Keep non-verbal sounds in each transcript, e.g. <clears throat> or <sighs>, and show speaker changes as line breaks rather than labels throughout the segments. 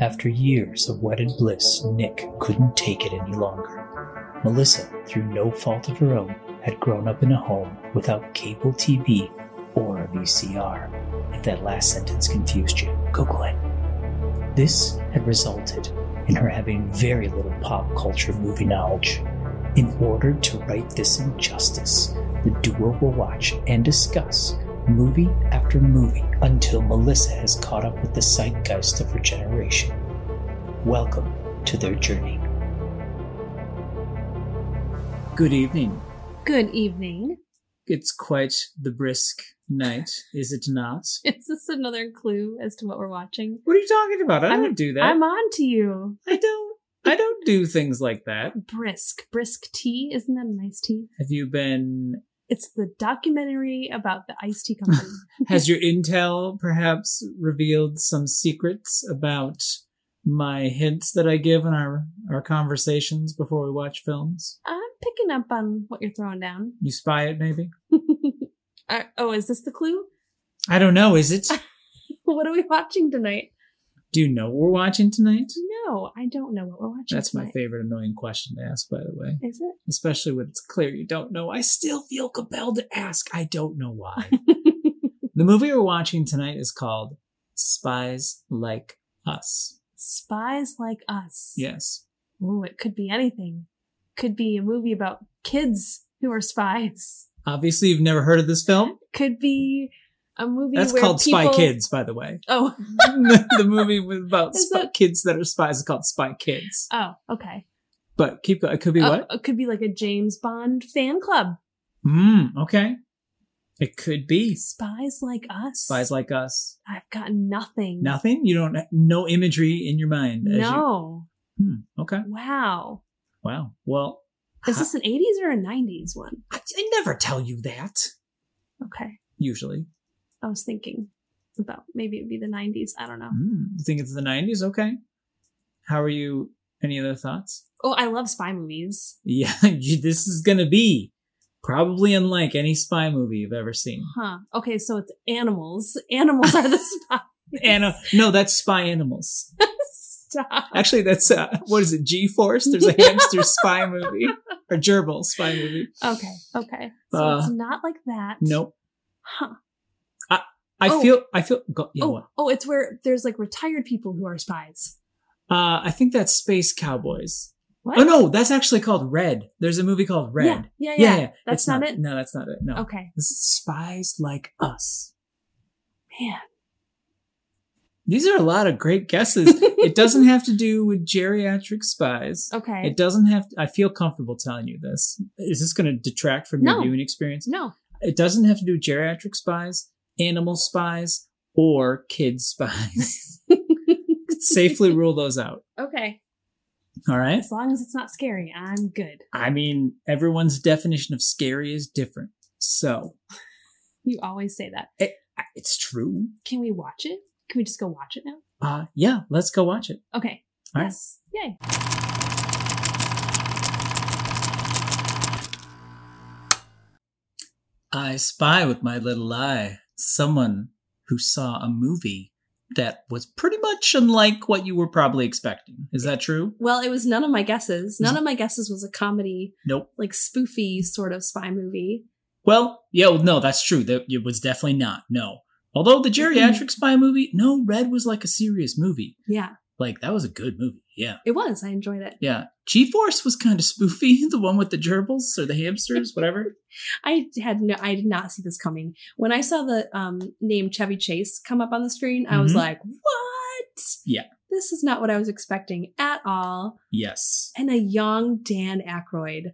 After years of wedded bliss, Nick couldn't take it any longer. Melissa, through no fault of her own, had grown up in a home without cable TV or a VCR. If that last sentence confused you, Google it. This had resulted in her having very little pop culture movie knowledge. In order to right this injustice, the duo will watch and discuss movie after movie until Melissa has caught up with the zeitgeist of her generation. Welcome to their journey. Good evening.
Good evening. <laughs>
It's quite the brisk night, is it not?
Is this another clue as to what we're watching?
What are you talking about? I
I'm-
don't do that.
I'm on to you.
I don't. I don't do things like that.
Brisk. Brisk tea. Isn't that a nice tea?
Have you been?
It's the documentary about the iced tea
<laughs>
company.
Has your intel perhaps revealed some secrets about my hints that I give in our our conversations before we watch films?
I'm picking up on what you're throwing down. <laughs>
You spy it, maybe?
Uh, oh, is this the clue? <laughs>
I don't know. Is it?
What are we watching tonight?
Do you know what we're watching tonight?
No, I don't know what we're watching.
That's my
tonight.
favorite annoying question to ask, by the way.
Is it? <laughs>
Especially when it's clear you don't know. I still feel compelled to ask. I don't know
<laughs>
why. the movie we're watching tonight is called Spies Like Us.
Spies Like Us.
Yes.
Ooh, it could be anything. Could be a movie about kids who are spies.
Obviously, you've never heard of this film.
Could be a movie
That's
where
called Spy
people-
Kids, by the way. <laughs>
Oh, <laughs>
the movie with about
Is
spy-
it-
kids that are spies is called Spy Kids.
oh, okay.
But keep going. It could be
Oh,
what?
It could be like a James Bond fan club.
Mm, okay. It could be
Spies like us.
Spies Like Us.
I've got nothing.
Nothing? You don't no imagery in your mind. as
Mm. No.
You, Hmm, okay.
Wow.
Wow. Well,
Is this an 80s or a 90s one?
I, I never tell you that
Okay.
usually.
I was thinking about maybe it'd be the 90s. I don't know.
Hmm, you think it's the 90s? Okay. How are you? Any other thoughts? <laughs>
Oh, I love spy movies.
Yeah, you, this is going to be probably unlike any spy movie you've ever seen.
Huh. Okay, so it's animals. <laughs> Animals
<laughs>
are the spies.
Anna, no, that's spy
<laughs>
animals.
Stop.
Actually, that's uh, what is it? G Force?
<laughs>
There's a hamster spy movie or gerbil spy movie.
Okay. Okay. So it's
Uh,
not like that.
Nope.
Huh.
I
Oh.
feel. I feel. Go, yeah, what?
Oh, oh, it's where there's like retired people who are spies.
Uh, I think that's Space Cowboys.
What?
Oh no, that's actually called Red. There's a movie called Red.
Yeah, yeah, yeah. That's
It's
not it?
No, that's not it. No.
Okay.
This is Spies Like Us.
Man.
These are a lot of great guesses.
<laughs>
it doesn't have to do with geriatric spies.
Okay.
It doesn't have I feel comfortable telling you this. Is this going to detract from your
No.
viewing experience?
no.
It doesn't have to do with geriatric spies, animal spies, or kid
<laughs>
spies. Safely rule those out.
Okay.
All right?
As long as it's not scary, I'm good.
I mean, everyone's definition of scary is different. So
You always say that.
I- it's true.
Can we watch it? Can we just go watch it now?
Uh, yeah, let's go watch it.
Okay.
All right.
yes. Yay.
I spy with my little eye someone who saw a movie that was pretty much unlike what you were probably expecting. Is that true?
Well, it was none of my guesses. None of my guesses was a comedy,
Nope.
like spoofy sort of spy movie.
Well, yeah, well, no, that's true. That it was definitely not. No. Although the geriatric spy movie, no, Red was like a serious movie.
Yeah,
Like that was a good movie. Yeah.
it was. I enjoyed it.
Yeah. G Force was kind of spoofy, <laughs> the one with the gerbils or the hamsters, whatever.
I had no, I did not see this coming. When I saw the um, name Chevy Chase come up on the screen, I was
Mhm.
like, what?
Yeah.
This is not what I was expecting at all.
Yes.
and a young Dan Aykroyd.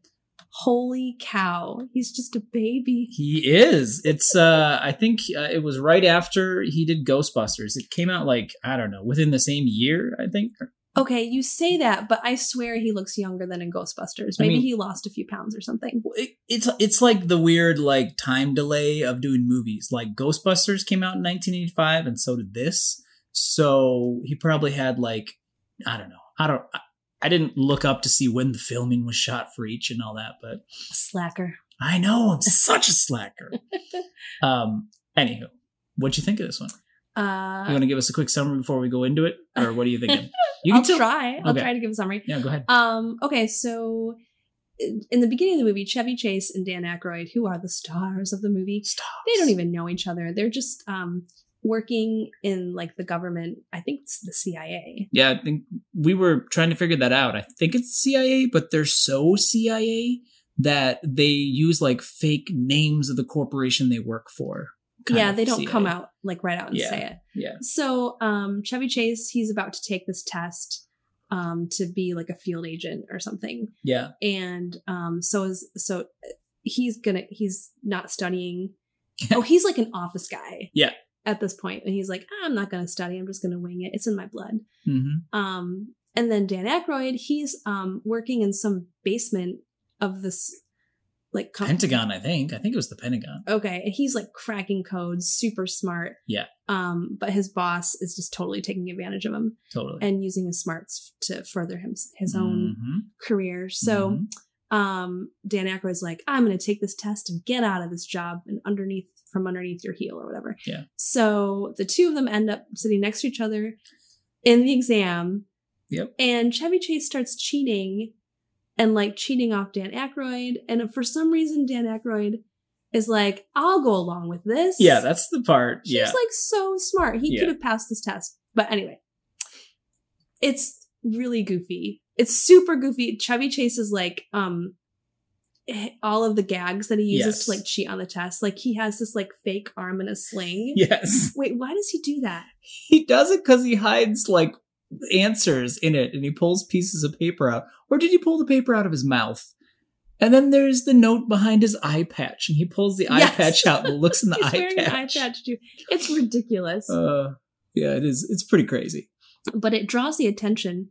Holy cow, he's just a baby.
He is. It's uh I think uh, it was right after he did Ghostbusters. It came out like I don't know, within the same year, I think.
Okay, you say that, but I swear he looks younger than in Ghostbusters.
I
Maybe
mean-
he lost a few pounds or something.
It, it's it's like the weird like time delay of doing movies. Like Ghostbusters came out in 1985 and so did this. So he probably had like I don't know. I don't I, I didn't look up to see when the filming was shot for each and all that, but
Slacker.
I know I'm such a slacker. um anywho, what'd you think of this one?
Uh,
you want to give us a quick summary before we go into it, or what are you
<laughs>
thinking? You can
I'll
tell.
try. I'll
Okay.
try to give a summary.
<laughs> Yeah, go ahead.
Um, okay, so in the beginning of the movie, Chevy Chase and Dan Aykroyd, who are the stars of the movie,
Stars.
they don't even know each other. They're just um, working in like the government. I think it's the CIA.
Yeah, I think we were trying to figure that out. I think it's CIA, but they're so CIA that they use like fake names of the corporation they work for. Kind
yeah,
of
they don't
CIA.
come out like right out and
Yeah.
say it.
Yeah.
So um, Chevy Chase, he's about to take this test um, to be like a field agent or something.
Yeah.
and um so is so he's gonna he's not studying oh he's like an office guy
Yeah.
at this point and he's like "Ah, i'm not gonna study i'm just gonna wing it it's in my blood
hmm
um and then dan Aykroyd, he's um working in some basement of this like com-
Pentagon, I think. I think it was the Pentagon.
okay and he's like cracking codes super smart
Yeah.
um but his boss is just totally taking advantage of him
Totally.
and using his smarts to further him, his own
Mhm.
career so
Mhm.
um, Dan Aykroyd's like, I'm going to take this test and get out of this job and underneath from underneath your heel or whatever.
Yeah.
So the two of them end up sitting next to each other in the exam.
Yep.
And Chevy Chase starts cheating and like cheating off Dan Aykroyd. And for some reason, Dan Aykroyd is like, I'll go along with this.
yeah, that's the part.
He's
yeah.
like so smart. He
Yeah.
could have passed this test. But anyway, it's really goofy. It's super goofy. Chevy Chase is like um eh, all of the gags that he uses
Yes.
to like cheat on the test. Like he has this like fake arm in a sling.
<laughs> yes.
Wait, why does he do that?
He does it because he hides like answers in it and he pulls pieces of paper out. Or did he pull the paper out of his mouth? And then there's the note behind his eye patch and he pulls the eye
Yes.
patch out and looks in the
<laughs> He's
eye
wearing an eye
patch.
patch too. It's ridiculous.
Uh, yeah, it is. It's pretty crazy.
but it draws the attention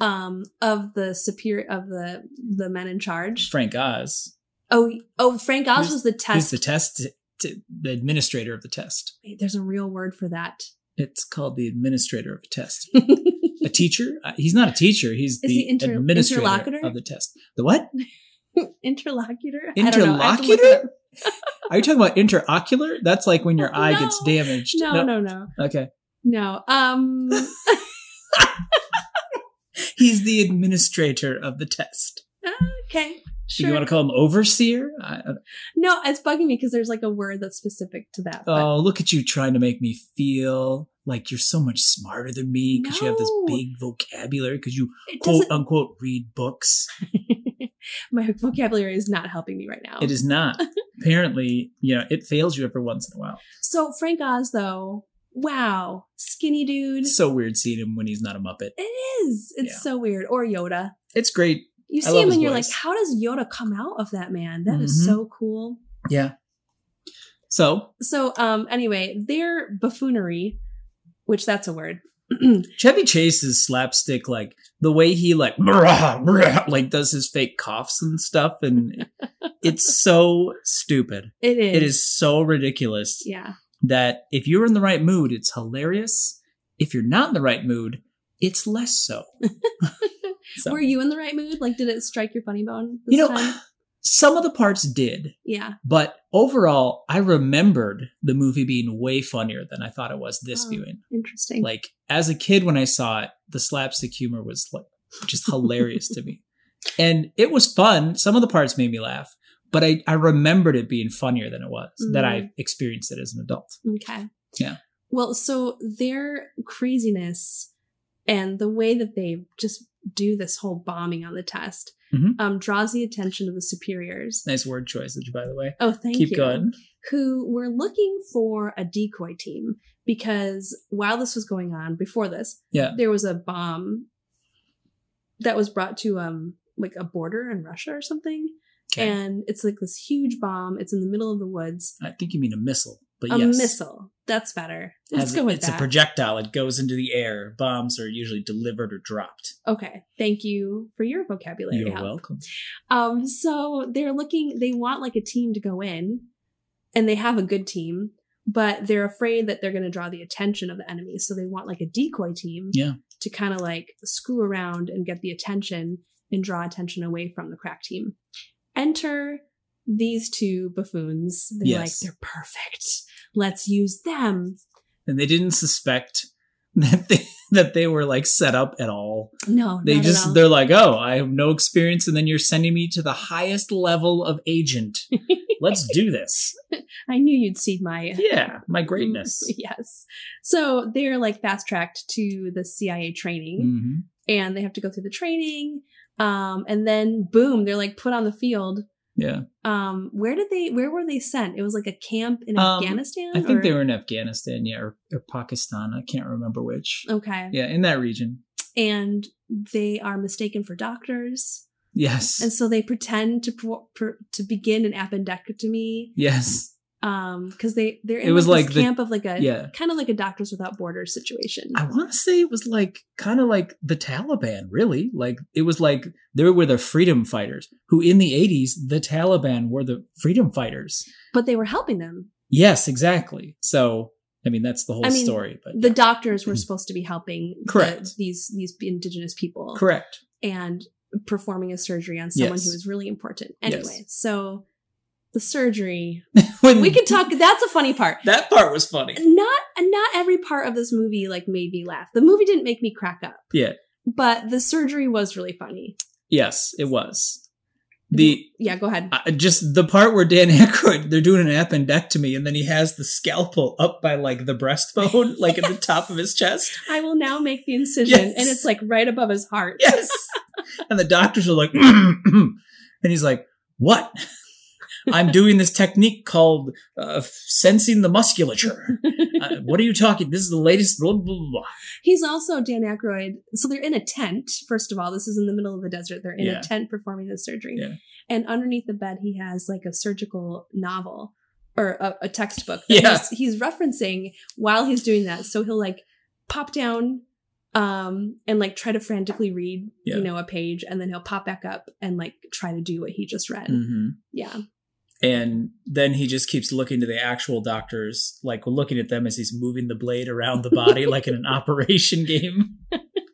um of the superior of the the men in charge.
Frank Oz.
Oh oh Frank Oz
Who's-
was the
He's
test.
the test, t- the administrator of the test.
Wait, there's a real word for that.
It's called the administrator of a
<laughs>
test. a teacher? Uh, He's not a teacher. He's
Is
the
he inter-
administrator
interlocutor?
of the test. The what?
<laughs> interlocutor I don't know. I have to look it up.
Interlocutor? Are you talking about interocular? That's like when your eye gets
No.
damaged.
no no no
Okay.
no
<laughs>
um
He's the administrator of the test.
okay
You
sure
want to call him overseer? I, I-
no it's bugging me because there's like a word that's specific to that but
oh, look at you trying to make me feel like you're so much smarter than me because you have this
No.
big vocabulary because you
it
quote
doesn't
unquote read books.
my vocabulary is not helping me right now
It is
<laughs>
not. Apparently, you know, it fails you every once in a while.
so frank oz though wow skinny dude
It's so weird seeing him when he's not a Muppet.
it is it's
Yeah.
so weird or yoda
It's great.
you
I
see
love
him
his
and you're
voice.
like how does yoda come out of that man That is
Mhm.
so cool
Yeah. So
so um anyway their buffoonery which that's a word <clears throat>
Chevy Chase's slapstick, like the way he like "Brah, brah," like does his fake coughs and stuff, and it's so stupid.
It is.
It is so ridiculous
Yeah.
that if you're in the right mood, it's hilarious. If you're not in the right mood, it's less so. so
Were you in the right mood? Like, did it strike your funny bone? This
you know,
time?
<sighs> some of the parts did.
Yeah.
But overall, I remembered the movie being way funnier than I thought it was this
Oh.
viewing.
Interesting.
Like as a kid, when I saw it, the slapstick humor was like just hilarious to me, and it was fun. Some of the parts made me laugh, but I I remembered it being funnier than it was that
Mm-hmm.
I experienced it as an adult.
okay.
Yeah.
Well, so their craziness and the way that they just do this whole bombing on the test
Mhm.
um, draws the attention of the superiors.
Nice word choices, by the way.
Oh, thank
Keep
you.
going.
Who were looking for a decoy team because while this was going on, before this,
Yeah.
there was a bomb that was brought to um like a border in Russia or something.
Okay.
and it's like this huge bomb. It's in the middle of the woods.
I think you mean a missile, but
A
yes,
missile. That's better.
Has-
Let's go with
it's
that.
a projectile. It goes into the air. Bombs are usually delivered or dropped.
okay. Thank you for your vocabulary.
You're
help.
welcome.
Um, so they're looking. They want like a team to go in, and they have a good team, but they're afraid that they're going to draw the attention of the enemy. So they want like a decoy team.
Yeah.
To kind of like screw around and get the attention and draw attention away from the crack team. Enter these two buffoons. They're
Yes.
like, they're perfect. Let's use them.
and they didn't suspect <laughs> that they that they were like set up at all.
No,
They
not at
just
all.
they're like, "Oh, I have no experience and then you're sending me to the highest level of agent.
<laughs>
Let's do this."
I knew you'd see my
Yeah, my greatness.
<laughs> yes. So they're like fast tracked to the CIA training.
hmm
and they have to go through the training. Um, and then boom, they're like put on the field.
Yeah.
Um, where did they? Where were they sent? It was like a camp in
Um,
Afghanistan.
I think
or-
they were in Afghanistan, yeah, or, or Pakistan. I can't remember which.
okay.
Yeah, in that region.
And they are mistaken for doctors,
Yes.
and so they pretend to pro- pro- to begin an appendectomy.
yes.
Um, because they they're in
It was
this
like the-
camp of like a
Yeah.
kind of like a Doctors Without Borders situation.
I want to say it was like kind of like the Taliban, really. Like it was like they were the freedom fighters who in the 80s the Taliban were the freedom fighters.
but they were helping them.
Yes, exactly. So, I mean, that's the whole
I mean,
story, but
The doctors were supposed to be helping the-
Mm. Correct.
these these indigenous people.
correct. <laughs>
and performing a surgery on someone
Yes.
who is really important.
Yes. Hmm.
Anyway, so the surgery.
When
We could talk that's a funny part.
that part was funny.
Not not every part of this movie like made me laugh. The movie didn't make me crack up.
Yeah.
But the surgery was really funny.
Yes, it was. The
Yeah, go ahead.
uh, just the part where Dan <laughs> Aykroyd they're doing an appendectomy and then he has the scalpel up by like the breastbone, <laughs> like at the top of his chest.
<laughs> I will now make the incision
Yes.
and it's like right above his heart.
Yes. and the doctors are like, "Mm-hmm." and he's like, what? <laughs> I'm doing this technique called uh, sensing the
<laughs>
musculature. Uh, what are you talking? This is the latest. Blah, blah, blah, blah.
He's also Dan Aykroyd. So they're in a tent. First of all, this is in the middle of the desert. They're in
Yeah.
a tent performing this surgery.
Yeah.
And underneath the bed, he has like a surgical novel or a, a textbook. that
Yeah.
He's, he's referencing while he's doing that. So he'll like pop down um and like try to frantically read
Yeah.
you know a page and then he'll pop back up and like try to do what he just read
Mhm.
yeah
and then he just keeps looking to the actual doctors like looking at them as he's moving the blade around the body like in an operation game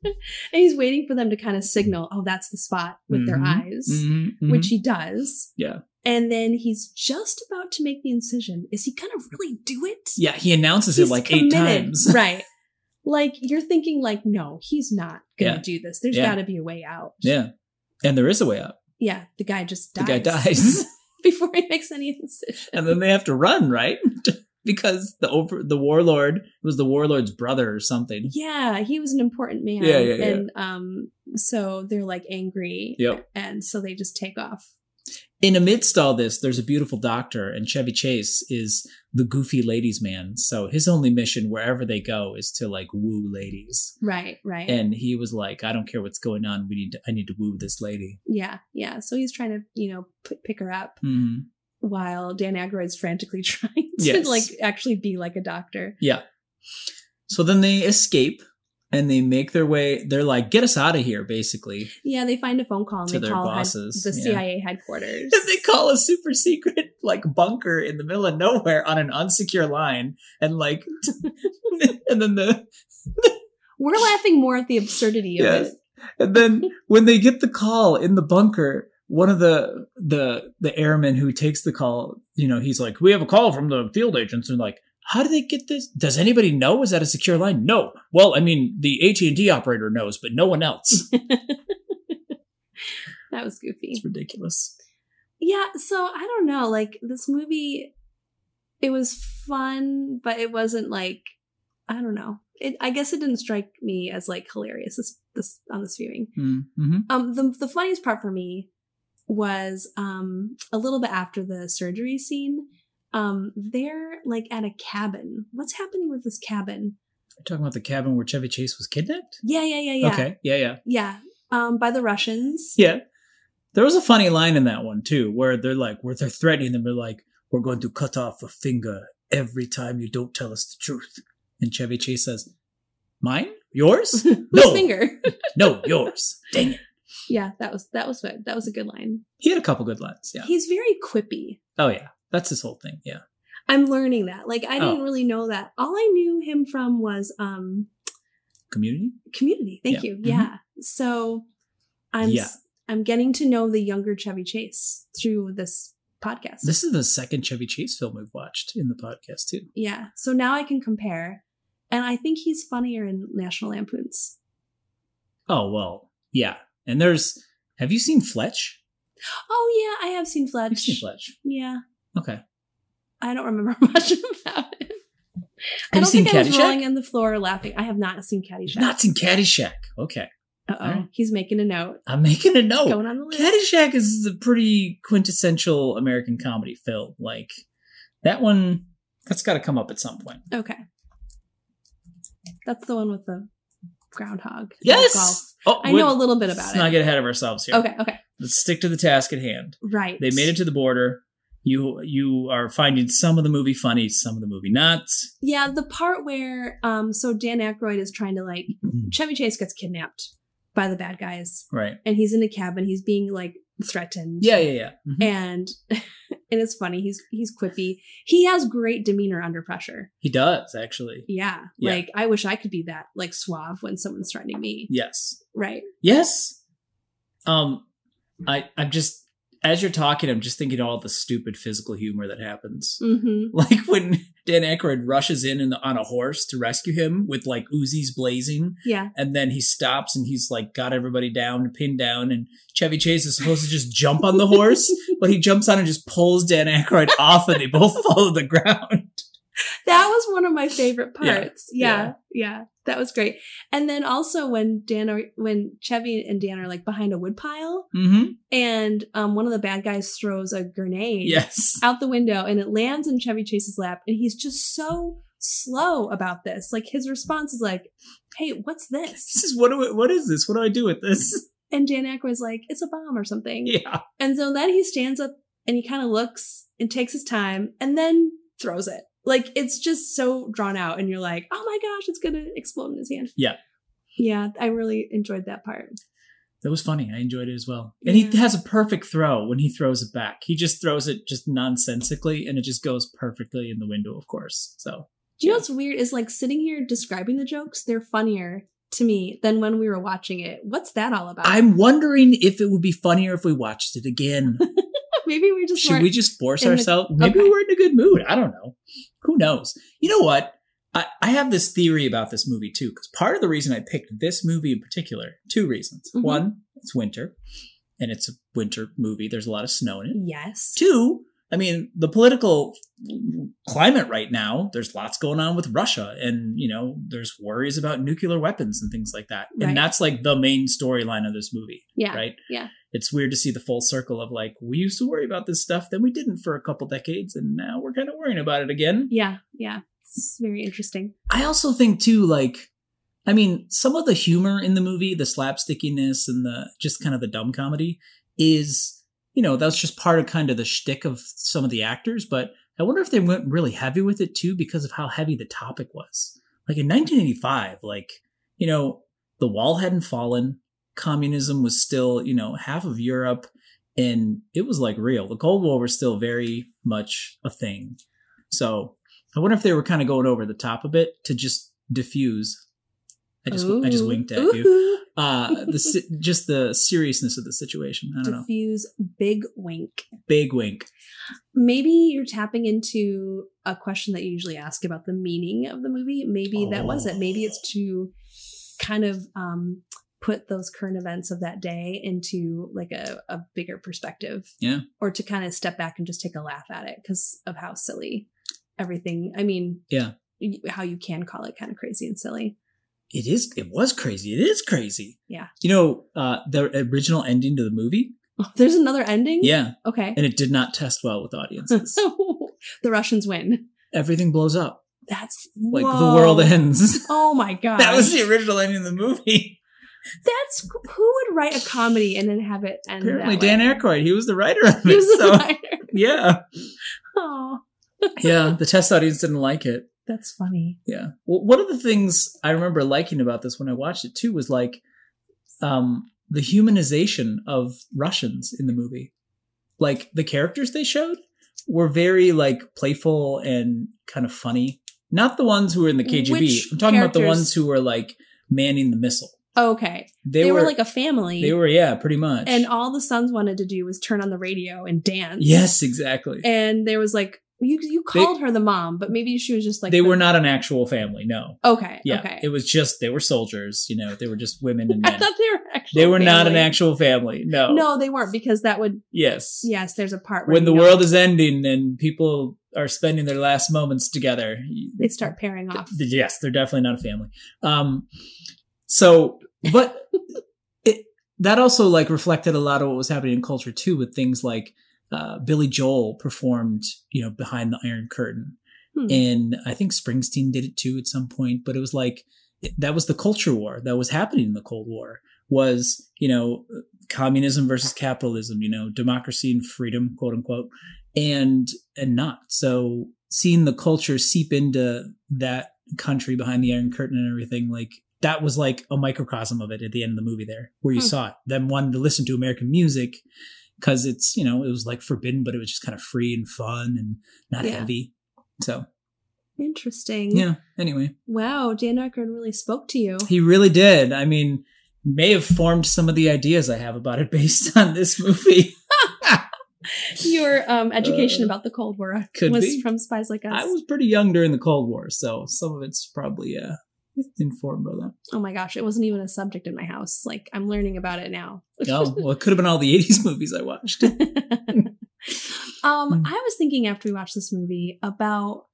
and he's waiting for them to kind of signal oh that's the spot with their
Mhm.
eyes which he does.
Mm-hmm. Yeah.
And then he's just about to make the incision. Is he going to really do it?
yeah he announces
He's
it like eight
committed.
times <laughs>
right. Like you're thinking like no, he's not going to
Yeah.
do this. There's
Yeah.
got to be a way out.
yeah and there is a way out
Yeah, the guy just
the
dies.
guy dies
<laughs>
<laughs>
before he makes any incision.
and then they have to run right <laughs> because the over the warlord it was the warlord's brother or something
Yeah, he was an important man.
Yeah, yeah, yeah.
and um so they're like angry
yep
and so they just take off.
in amidst all this there's a beautiful doctor and chevy chase is the goofy ladies man so his only mission wherever they go is to like woo ladies
Right, right.
and he was like i don't care what's going on we need to i need to woo this lady
yeah, yeah. So he's trying to, you know, p- pick her up.
mm-hmm.
while Dan Aykroyd's frantically <laughs> trying to
Yes.
like actually be like a doctor.
yeah so then they escape and they make their way they're like get us out of here basically
Yeah, they find a phone call and
To
they
their
call head-
bosses,
the
yeah.
CIA headquarters.
and <laughs> they call a super secret like bunker in the middle of nowhere on an unsecure line and like <laughs> and then the
<laughs> We're laughing more at the absurdity of
Yes.
it.
and then when they get the call in the bunker one of the the the airmen who takes the call you know he's like we have a call from the field agents and like how do they get this does anybody know is that a secure line no well i mean the at&t operator knows but no one else
That was goofy.
it's ridiculous
Yeah, so I don't know, like this movie it was fun, but it wasn't like I don't know. It I guess it didn't strike me as like hilarious this this on this viewing.
mm-hmm.
Um the the funniest part for me was um a little bit after the surgery scene. Um they're like at a cabin. What's happening with this cabin?
talking about the cabin where chevy chase was kidnapped
Yeah, yeah, yeah, yeah.
okay yeah yeah
Yeah. Um by the Russians.
yeah there was a funny line in that one too where they're like where they're threatening them they're like we're going to cut off a finger every time you don't tell us the truth and chevy chase says mine yours
Whose
no <laughs>
finger?
no yours dang it
yeah, that was that was good. That was a good line.
he had a couple good lines yeah
He's very quippy.
oh yeah that's his whole thing yeah
I'm learning that. Like I didn't
Oh.
really know that. All I knew him from was um
community
community. Thank
Yeah. Mm-hmm.
you. Yeah. So I'm
Yeah.
s- I'm getting to know the younger Chevy Chase through this podcast.
this is the second chevy chase film we've watched in the podcast too
yeah. So now I can compare And I think he's funnier in National Lampoon's.
Oh well, yeah. And there's have you seen Fletch?
Oh yeah, I have seen Fletch.
You've seen Fletch.
Yeah,
Okay.
I don't remember <laughs> much about it. I
you
don't
seen
think I was
Caddyshack?
rolling on the floor laughing. I have not seen Caddyshack.
You've not seen Caddyshack. Okay.
Uh oh,
Alright. Oh,
he's making a note.
I'm making a note.
Going on the list.
Caddyshack is a pretty quintessential American comedy film. Like that one, that's got to come up at some point.
Okay, that's the one with the groundhog. and the golf.
Yes. Oh,
I
wait,
know a little bit about
let's
it.
not get ahead of ourselves here.
Okay, okay,
Let's stick to the task at hand.
right.
They made it to the border. You you are finding some of the movie funny, some of the movie not.
Yeah, the part where um, so Dan Aykroyd is trying to like Chevy Chase gets kidnapped by the bad guys,
Right.
and he's in a cabin. He's being like threatened.
Yeah, yeah, yeah. Mhm.
and <laughs> and it's funny. He's he's quippy. He has great demeanor under pressure.
He does actually.
Yeah,
Yeah.
like I wish I could be that like suave when someone's threatening me.
Yes.
Right?
Yes. Um, I I'm just as you're talking, I'm just thinking all the stupid physical humor that happens.
Mm-hmm.
<laughs> Like when Dan Aykroyd rushes in, in the, on a horse to rescue him with like Uzis blazing,
Yeah.
and then he stops and he's like got everybody down, pinned down, and Chevy Chase is supposed to just jump on the horse, but he jumps on and just pulls Dan Aykroyd off, and they both fall to the ground.
That was one of my favorite
Yeah.
parts. Yeah. Yeah. That was great. And then also when Dan are, when Chevy and Dan are like behind a woodpile
Mm-hmm.
and um, one of the bad guys throws a grenade
Yes.
out the window and it lands in Chevy Chase's lap and he's just so slow about this. Like his response is like, "Hey, what's this?"
This is what do I, what is this? What do I do with this? <laughs>
And Dan Aykroyd's like, it's a bomb or something.
Yeah.
And so then he stands up and he kind of looks and takes his time and then throws it. Like it's just so drawn out and you're like, oh my gosh, it's going to explode in his hand.
Yeah.
Yeah. I really enjoyed that part.
That was funny. I enjoyed it as well. And he
Yeah.
has a perfect throw when he throws it back. He just throws it just nonsensically and it just goes perfectly in the window, of course. So,
Do you know what's weird is like sitting here describing the jokes, they're funnier to me than when we were watching it. What's that all about?
I'm wondering if it would be funnier if we watched it again.
<laughs> Maybe we just
Should
weren't.
we just force
in the-
ourselves? Maybe
Okay.
we're in a good mood. I don't know. Who knows? You know what? I, I have this theory about this movie too, because part of the reason I picked this movie in particular, two reasons.
Mhm.
One, it's winter and it's a winter movie, there's a lot of snow in it.
yes.
Two, I mean, the political climate right now, there's lots going on with Russia and, you know, there's worries about nuclear weapons and things like that.
Right.
And that's like the main storyline of this movie,
Yeah.
right?
yeah.
It's weird to see the full circle of like, we used to worry about this stuff, then we didn't for a couple decades, and now we're kind of worrying about it again.
Yeah. Yeah. It's very interesting.
I also think too, like, I mean, some of the humor in the movie, the slapstickiness and the just kind of the dumb comedy is, you know, that's just part of kind of the shtick of some of the actors. But I wonder if they went really heavy with it too because of how heavy the topic was. Like in 1985, like, you know, the wall hadn't fallen, communism was still, you know, half of Europe, and it was like real. The Cold War was still very much a thing. So I wonder if they were kind of going over the top of it to just diffuse. I just I just
Ooh.
winked at
<laughs>
you.
Ooh-hoo.
Uh, the si- just the seriousness of the situation. I don't know.
Diffuse big wink.
Big wink.
Maybe you're tapping into a question that you usually ask about the meaning of the movie. Maybe that was it. Maybe it's to kind of um, put those current events of that day into like a, a bigger perspective.
Yeah.
Or to kind of step back and just take a laugh at it because of how silly everything. I mean,
Yeah.
y- How you can call it kind of crazy and silly.
It is. It was crazy. It is crazy.
Yeah.
You know uh, the original ending to the movie.
There's another ending.
Yeah,
<laughs> Okay.
and it did not test well with
<laughs>
audiences.
the Russians win.
Everything blows up.
That's
Like
whoa.
the world ends. <laughs>
Oh my god.
that was the original ending of the movie.
That's who would write a comedy and then have it end.
Apparently,
that
Dan
way?
Aykroyd, he was the writer of
<laughs> He
it.
was the
So
writer. <laughs>
yeah, <laughs>
Aw,
yeah. The test audience didn't like it.
that's funny.
Yeah. Well, one of the things I remember liking about this when I watched it too was like um, the humanization of Russians in the movie. Like the characters they showed were very like playful and kind of funny. Not the ones who were in the KGB.
Which
I'm talking about the
characters?
ones who were like manning the missile.
Okay, they, were, like a family.
they were yeah, pretty much.
and all the sons wanted to do was turn on the radio and dance.
yes, exactly.
and there was like You you called her the mom, but maybe she was just like
they
the-
were not an actual family. No.
Okay.
Yeah.
okay.
It was just they were soldiers. You know, they were just women and
I
men.
thought they were actually.
They were not an actual family. No.
No, they weren't because that would
Yes.
yes. There's a part where
When
you
the
know
world is ending and people are spending their last moments together,
they start pairing off.
Th- yes, they're definitely not a family. Um, so,
<laughs>
but it, that also like reflected a lot of what was happening in culture too, with things like uh, Billy Joel performed, you know, behind the Iron Curtain,
Hmm.
and I think Springsteen did it too at some point. But it was like it- that was the culture war that was happening in the Cold War was you know communism versus capitalism, you know, democracy and freedom, quote unquote, and and not. So seeing the culture seep into that country behind the Iron Curtain and everything, like that was like a microcosm of it at the end of the movie there, where you
Hmm.
saw it. Them wanting to listen to American music because it's, you know, it was like forbidden, but it was just kind of free and fun and not
Yeah.
heavy. So
Interesting.
yeah. Anyway.
Wow, Dan Aykroyd really spoke
<laughs>
to you.
He really did. I mean, may have formed some of the ideas I have about it <laughs> based on this movie.
Your um, education
Uh,
about the Cold War
could
was
be.
from Spies Like Us.
I was pretty young during the Cold War, so some of it's probably uh, informed by that.
<laughs> oh my gosh, it wasn't even a subject in my house. Like I'm learning about it now. <laughs>
Oh, well, it could have been all the 80s <laughs> movies I watched.
um,
Mm.
I was thinking after we watched this movie about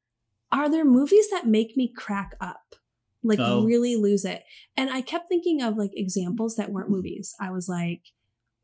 are there movies that make me crack up? Like
Oh.
really lose it. And I kept thinking of like examples that
Hmm.
weren't movies. I was like,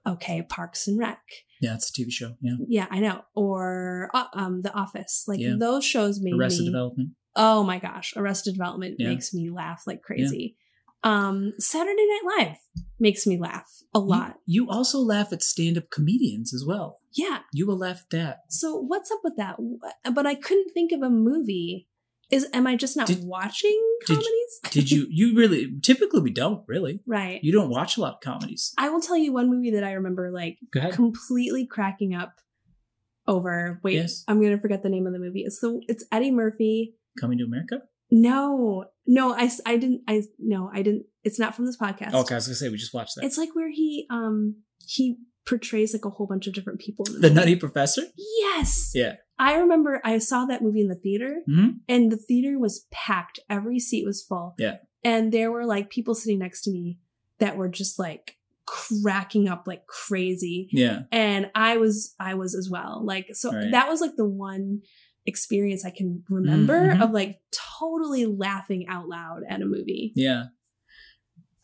okay, Parks and Rec.
Yeah, it's a TV show. Yeah.
Yeah, I know. Or uh, um The Office. Like
Yeah.
those shows made
Arrested
me
Development.
Oh my gosh, Arrested Development
Yeah.
makes me laugh like crazy. Um Saturday Night Live makes me laugh a
You-
lot.
You, also laugh at stand up comedians as well.
yeah,
You will laugh at that.
So what's up with that? Wh- But I couldn't think of a movie. Is am I just not
Did-
watching
did-
comedies?
Did you? You really, typically, we don't really.
<laughs> right.
You don't watch a lot of comedies.
I will tell you one movie that I remember like
Go ahead.
completely cracking up over. Wait,
Yes.
I'm gonna forget the name of the movie. It's the it's Eddie Murphy.
Coming to America?
No, no, I s- I didn't I no I didn't. It's not from this podcast.
Okay, I was going to say, we just watched that.
It's like where he um he portrays like a whole bunch of different people. in
the
movie.
Nutty Professor?
Yes.
Yeah.
I remember I saw that movie in the theater
Mhm.
and the theater was packed. Every seat was full.
Yeah.
And there were like people sitting next to me that were just like cracking up like crazy.
Yeah.
And I was I was as well. Like so
Right.
that was like the one experience I can remember
Mhm.
of like totally laughing out loud at a movie.
Yeah.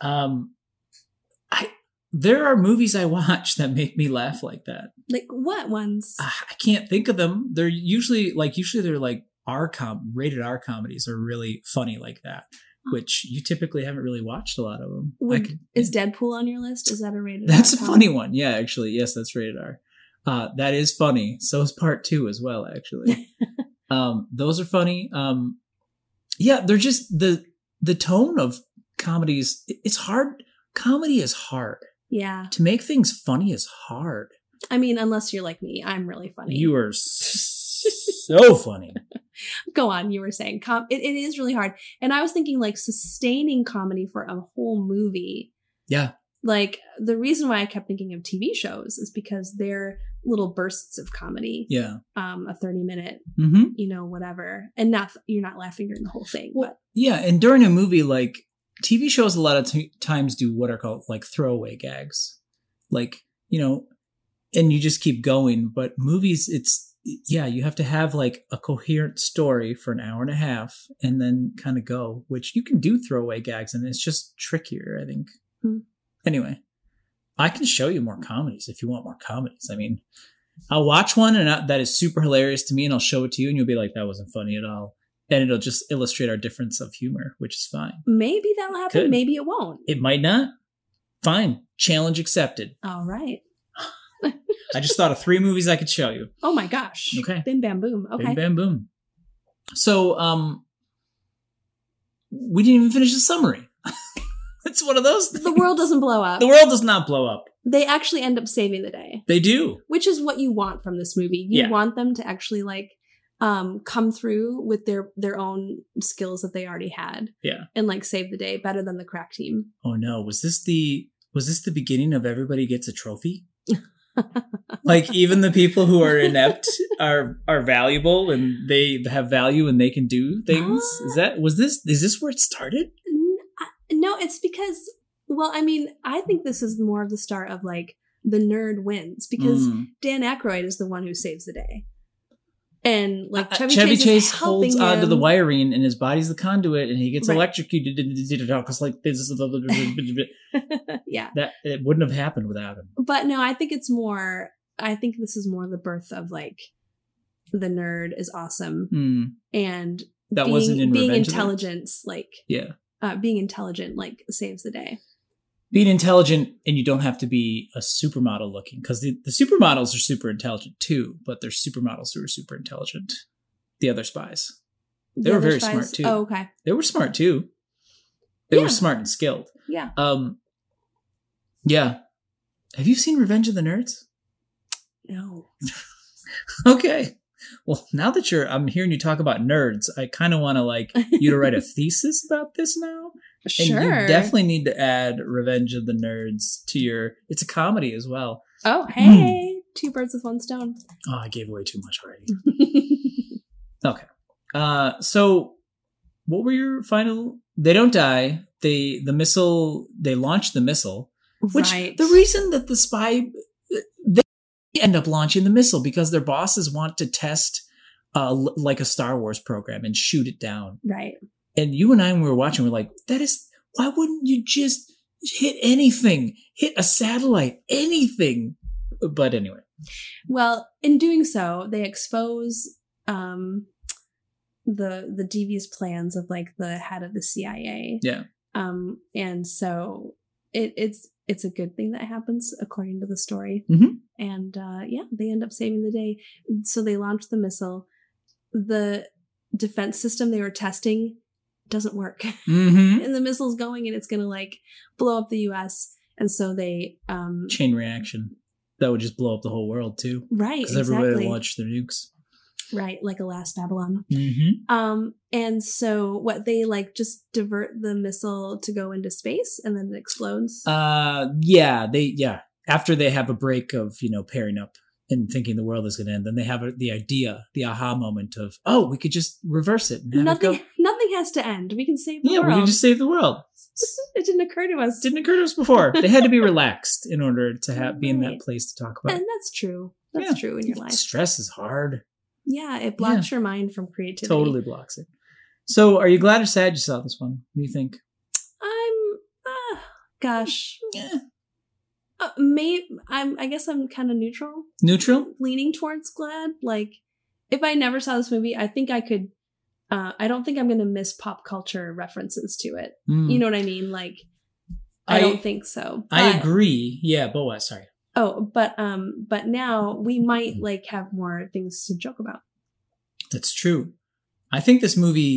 Um I there are movies I watch that make me laugh like that.
Like what ones?
Ah, I can't think of them. They're usually like usually they're like R com rated R comedies are really funny like that, which you typically haven't really watched a lot of them. I
Would-
could-
Is Deadpool on your list? Is that a rated R
that's a
com-
funny one. Yeah, actually, yes, that's rated R. Uh, that is funny. So is part two as well, actually. um, those are funny. Um, yeah, they're just the the tone of comedies. it- It's hard. Comedy is hard.
Yeah.
To make things funny is hard.
I mean, unless you're like me, I'm really funny.
You are s- so funny.
go on you were saying com- it, it is really hard and i was thinking like sustaining comedy for a whole movie
Yeah.
like the reason why i kept thinking of tv shows is because they're little bursts of comedy
Yeah.
um a 30 minute
Mm-hmm.
you know whatever and not you're not laughing during the whole thing but
Yeah, and during a movie, like TV shows, a lot of t- times do what are called like throwaway gags, like you know, and you just keep going. But movies, it's yeah, you have to have like a coherent story for an hour and a half, and then kind of go, which you can do throwaway gags, and it's just trickier, I think.
Hmm.
Anyway, I can show you more comedies if you want more comedies. I mean, I'll watch one and I, that is super hilarious to me, and I'll show it to you, and you'll be like, that wasn't funny at all and it'll just illustrate our difference of humor, which is fine.
maybe that'll happen
Could.
maybe it won't
It might not. Fine. Challenge accepted.
all right
I just thought of three movies I could show you.
oh my gosh
Okay.
bim bam boom
Bam,
okay
bam, boom. So, um, we didn't even finish the summary. <laughs> it's one of those.
the world doesn't blow up
The world does not blow up.
they actually end up saving the day
They do.
which is what you want from this movie. You
Yeah.
want them to actually like um come through with their their own skills that they already had.
Yeah.
And like save the day better than the crack team.
Oh no! Was this the was this the beginning of everybody gets a trophy? like even the people who are inept are are valuable and they have value and they can do things. Is that was this is this where it started?
N- I- No, it's because, well, I mean, I think this is more of the start of like the nerd wins because
Mm.
Dan Aykroyd is the one who saves the day. And like
Uh,
Chevy,
Chevy
Chase, is
holds
helping him.
onto the wiring and his body's the conduit and he gets
Right.
electrocuted because like this is that
yeah.
it wouldn't have happened without him.
But no, I think it's more, I think this is more the birth of like the nerd is awesome
Hmm.
and
That
being,
wasn't in
being
Revenge of the-
intelligence, like
Yeah.
uh, being intelligent, like saves the day.
being intelligent and you don't have to be a supermodel looking because the, the supermodels are super intelligent too but there's supermodels who are super intelligent the other spies They
The
were
other
very smart, too.
Oh, okay.
they were smart too they
Yeah.
were smart and skilled
Yeah.
um yeah have you seen revenge of the nerds <laughs>
No.
okay well now that you're i'm hearing you talk about nerds i kind of want to like you to
<laughs>
write a thesis about this now and
sure.
you definitely need to add revenge of the nerds to your it's a comedy as well
Oh, hey. Two birds with one stone. <laughs>
Oh, I gave away too much already. Uh, so what were your final? They don't die. They the missile. They launch the missile. Which
right.
the reason that the spy they end up launching the missile because their bosses want to test, uh, l- like a Star Wars program and shoot it down.
right.
And you and I, when we were watching, we're like, that is why wouldn't you just hit anything? Hit a satellite, anything. But anyway,
Well, in doing so, they expose um, the the devious plans of like the head of the CIA.
Yeah.
Um, and so it, it's it's a good thing that happens according to the story.
Mhm.
And uh, yeah, they end up saving the day. So they launch the missile. The defense system they were testing doesn't work.
mm-hmm.
<laughs> and the missile's going and it's gonna like blow up the US. And so they um
chain reaction that would just blow up the whole world too
right
because everybody
exactly
launched their nukes
right like a last Babylon.
mm-hmm.
Um and so what they like just divert the missile to go into space and then it explodes.
uh yeah they yeah after they have a break of you know pairing up and thinking the world is going to end then they have a, the idea the aha moment of oh we could just reverse it and have
nothing
it go
<laughs> nothing has to end. We can save the
yeah we
world.
can just save the world
<laughs> it didn't occur to us.
didn't occur to us before they had to be relaxed in order to have be in
Right.
that place to talk about
and
it.
that's true. That's
Yeah.
true in your life.
stress is hard
Yeah, it blocks your mind from creativity.
totally blocks it so are you glad or sad you saw this one what do you think
I'm uh, gosh.
yeah
Uh, may I'm I guess I'm kind of neutral.
neutral
leaning towards glad like if i never saw this movie i think i could uh, i don't think i'm gonna miss pop culture references to it
Mm.
you know what i mean like i, don't think so
I
But-
agree. Yeah, Boa, sorry.
oh but um but now we might like have more things to joke about
That's true. I think this movie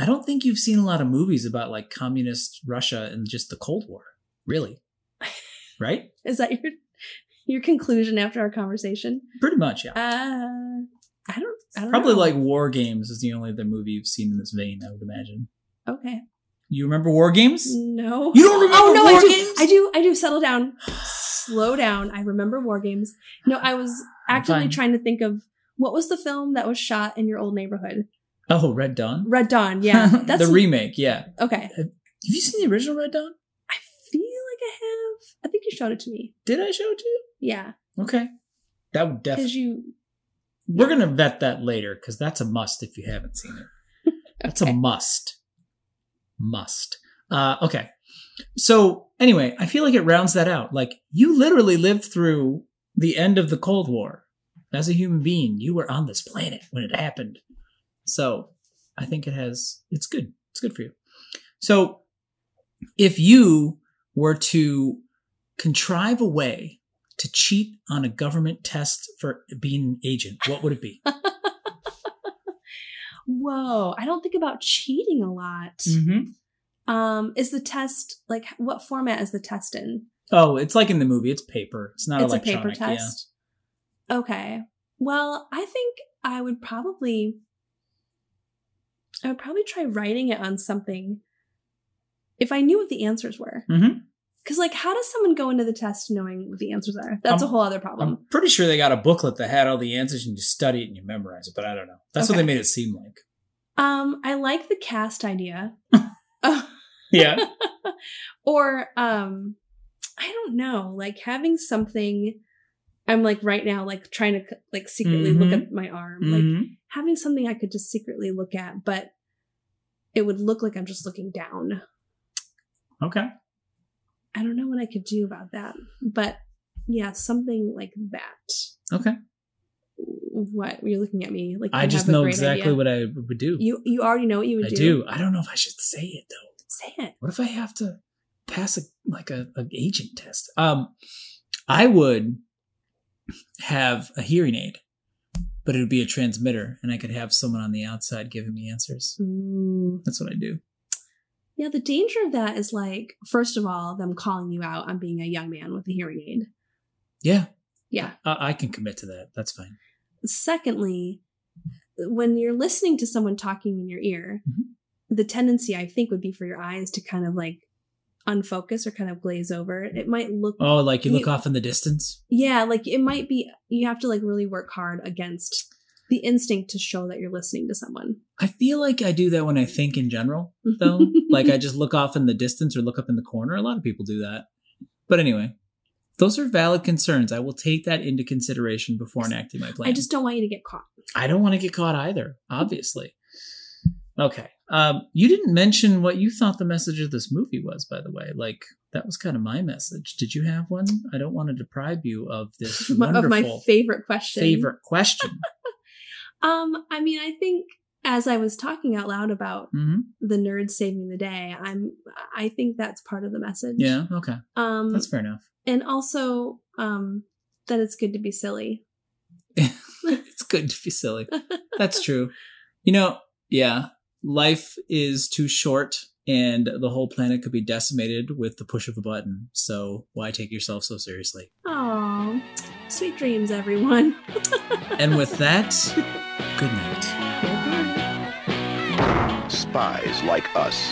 I don't think you've seen a lot of movies about like communist Russia and just the Cold War,
<laughs>
really. right?
is that your your conclusion after our conversation
Pretty much, yeah.
uh i don't i don't
Probably
know.
like War Games is the only other movie you've seen in this vein, I would imagine.
okay
You remember War Games?
Mm. no
You don't remember
oh no
War
i do
Games?
i do i do settle
<sighs>
down slow down. I remember war games. No, I was actively
Fine.
trying to think of what was the film that was shot in your old neighborhood?
Oh, Red Dawn?
Red Dawn.
<laughs>
Yeah, that's
the remake, yeah. Have
okay.
you seen the original Red Dawn?
I feel like I have. I think you showed it to me.
Did I show it to you?
Yeah,
Okay. That would definitely
because you.
We're gonna vet that later because that's a must if you haven't seen it. That's a
Okay.
must. Must. Uh, okay. So anyway, I feel like it rounds that out. Like you literally lived through the end of the Cold War as a human being. You were on this planet when it happened. So I think it has. It's good. It's good for you. So if you were to contrive a way to cheat on a government test for being an agent, what would it
<laughs>
be?
Whoa! I don't think about cheating a lot.
Mm-hmm.
Um, is the test like what format is the test in?
Oh, it's like in the movie. It's paper. It's not
it's a
electronic.
paper test. Okay. Well, I think I would probably I would probably try writing it on something if I knew what the answers were.
Yeah. Mm-hmm.
Because like, how does someone go into the test knowing what the answers are? That's
Um,
a whole other problem.
I'm pretty sure they got a booklet that had all the answers and you study it and you memorize it, but I don't know. That's what
Okay.
they made it seem like.
Um, I like the cast idea.
<laughs> Yeah.
or um I don't know, like having something I'm like right now like trying to like secretly look
Mhm.
at my arm, like
Mhm.
having something I could just secretly look at, but it would look like I'm just looking down.
Okay.
I don't know what I could do about that. But yeah, something like that.
Okay.
What you're looking at me like
I
you
just
have a
know
great
exactly
idea.
what I would do.
you you already know what you would
I do. I don't know if I should say it though.
Say it.
What if I have to pass a like a an agent test? Um, I would have a hearing aid, but it would be a transmitter, and I could have someone on the outside giving me answers.
Ooh.
That's what I do.
Yeah, the danger of that is like, first of all, them calling you out on being a young man with a hearing aid.
Yeah,
Yeah.
I, I can commit to that. That's fine.
Secondly, when you're listening to someone talking in your ear,
Mhm.
the tendency I think would be for your eyes to kind of like unfocus or kind of glaze over. It might look,
Oh, like you look
You-
off in the distance.
yeah, like it might be, you have to like really work hard against the instinct to show that you're listening to someone.
I feel like I do that when I think in general, though.
<laughs>
like I just look off in the distance or look up in the corner. A lot of people do that. But anyway, those are valid concerns. I will take that into consideration before enacting my plan.
I just don't want you to get caught.
I don't want to get caught either, obviously. Okay. Um, you didn't mention what you thought the message of this movie was, by the way. Like that was kind of my message. Did you have one? I don't want to deprive you of this wonderful
of <laughs> my favorite question.
favorite
<laughs>
question.
Um, I mean, I think as I was talking out loud about
hmm
the nerd saving the day, I'm I think that's part of the message.
Yeah. Okay.
Um
That's fair enough. <laughs>
and also um that it's good to be silly.
it's good to be
<laughs>
silly. That's true. You know, yeah, life is too short and the whole planet could be decimated with the push of a button. So why take yourself so seriously?
Oh, sweet
<laughs>
dreams everyone.
And with that, good night.
Goodbye.
Spies Like Us.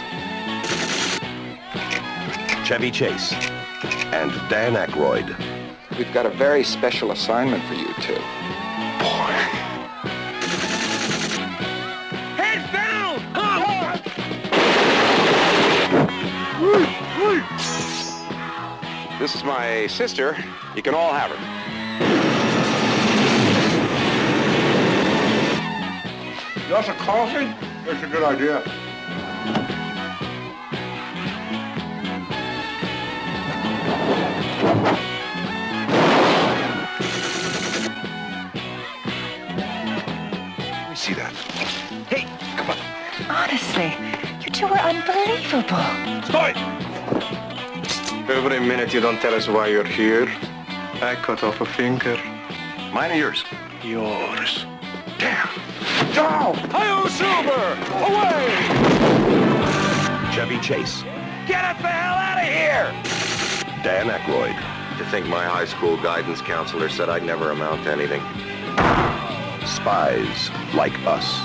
Chevy Chase and Dan Aykroyd.
We've got a very special assignment for you two.
Heads down! Come on!
This is my sister. You can all have her.
That's a coffee? That's a good idea.
Let me see that.
Honestly, you two were unbelievable.
Every minute you don't tell us why you're here, I cut off a finger.
Mine or yours?
Yours.
Damn.
Now! Hail Silver! Away!
Chevy Chase.
Get us the hell out of here!
Dan Aykroyd.
To think my high school guidance counselor said I'd never amount to anything.
Spies Like Us.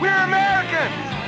We're Americans!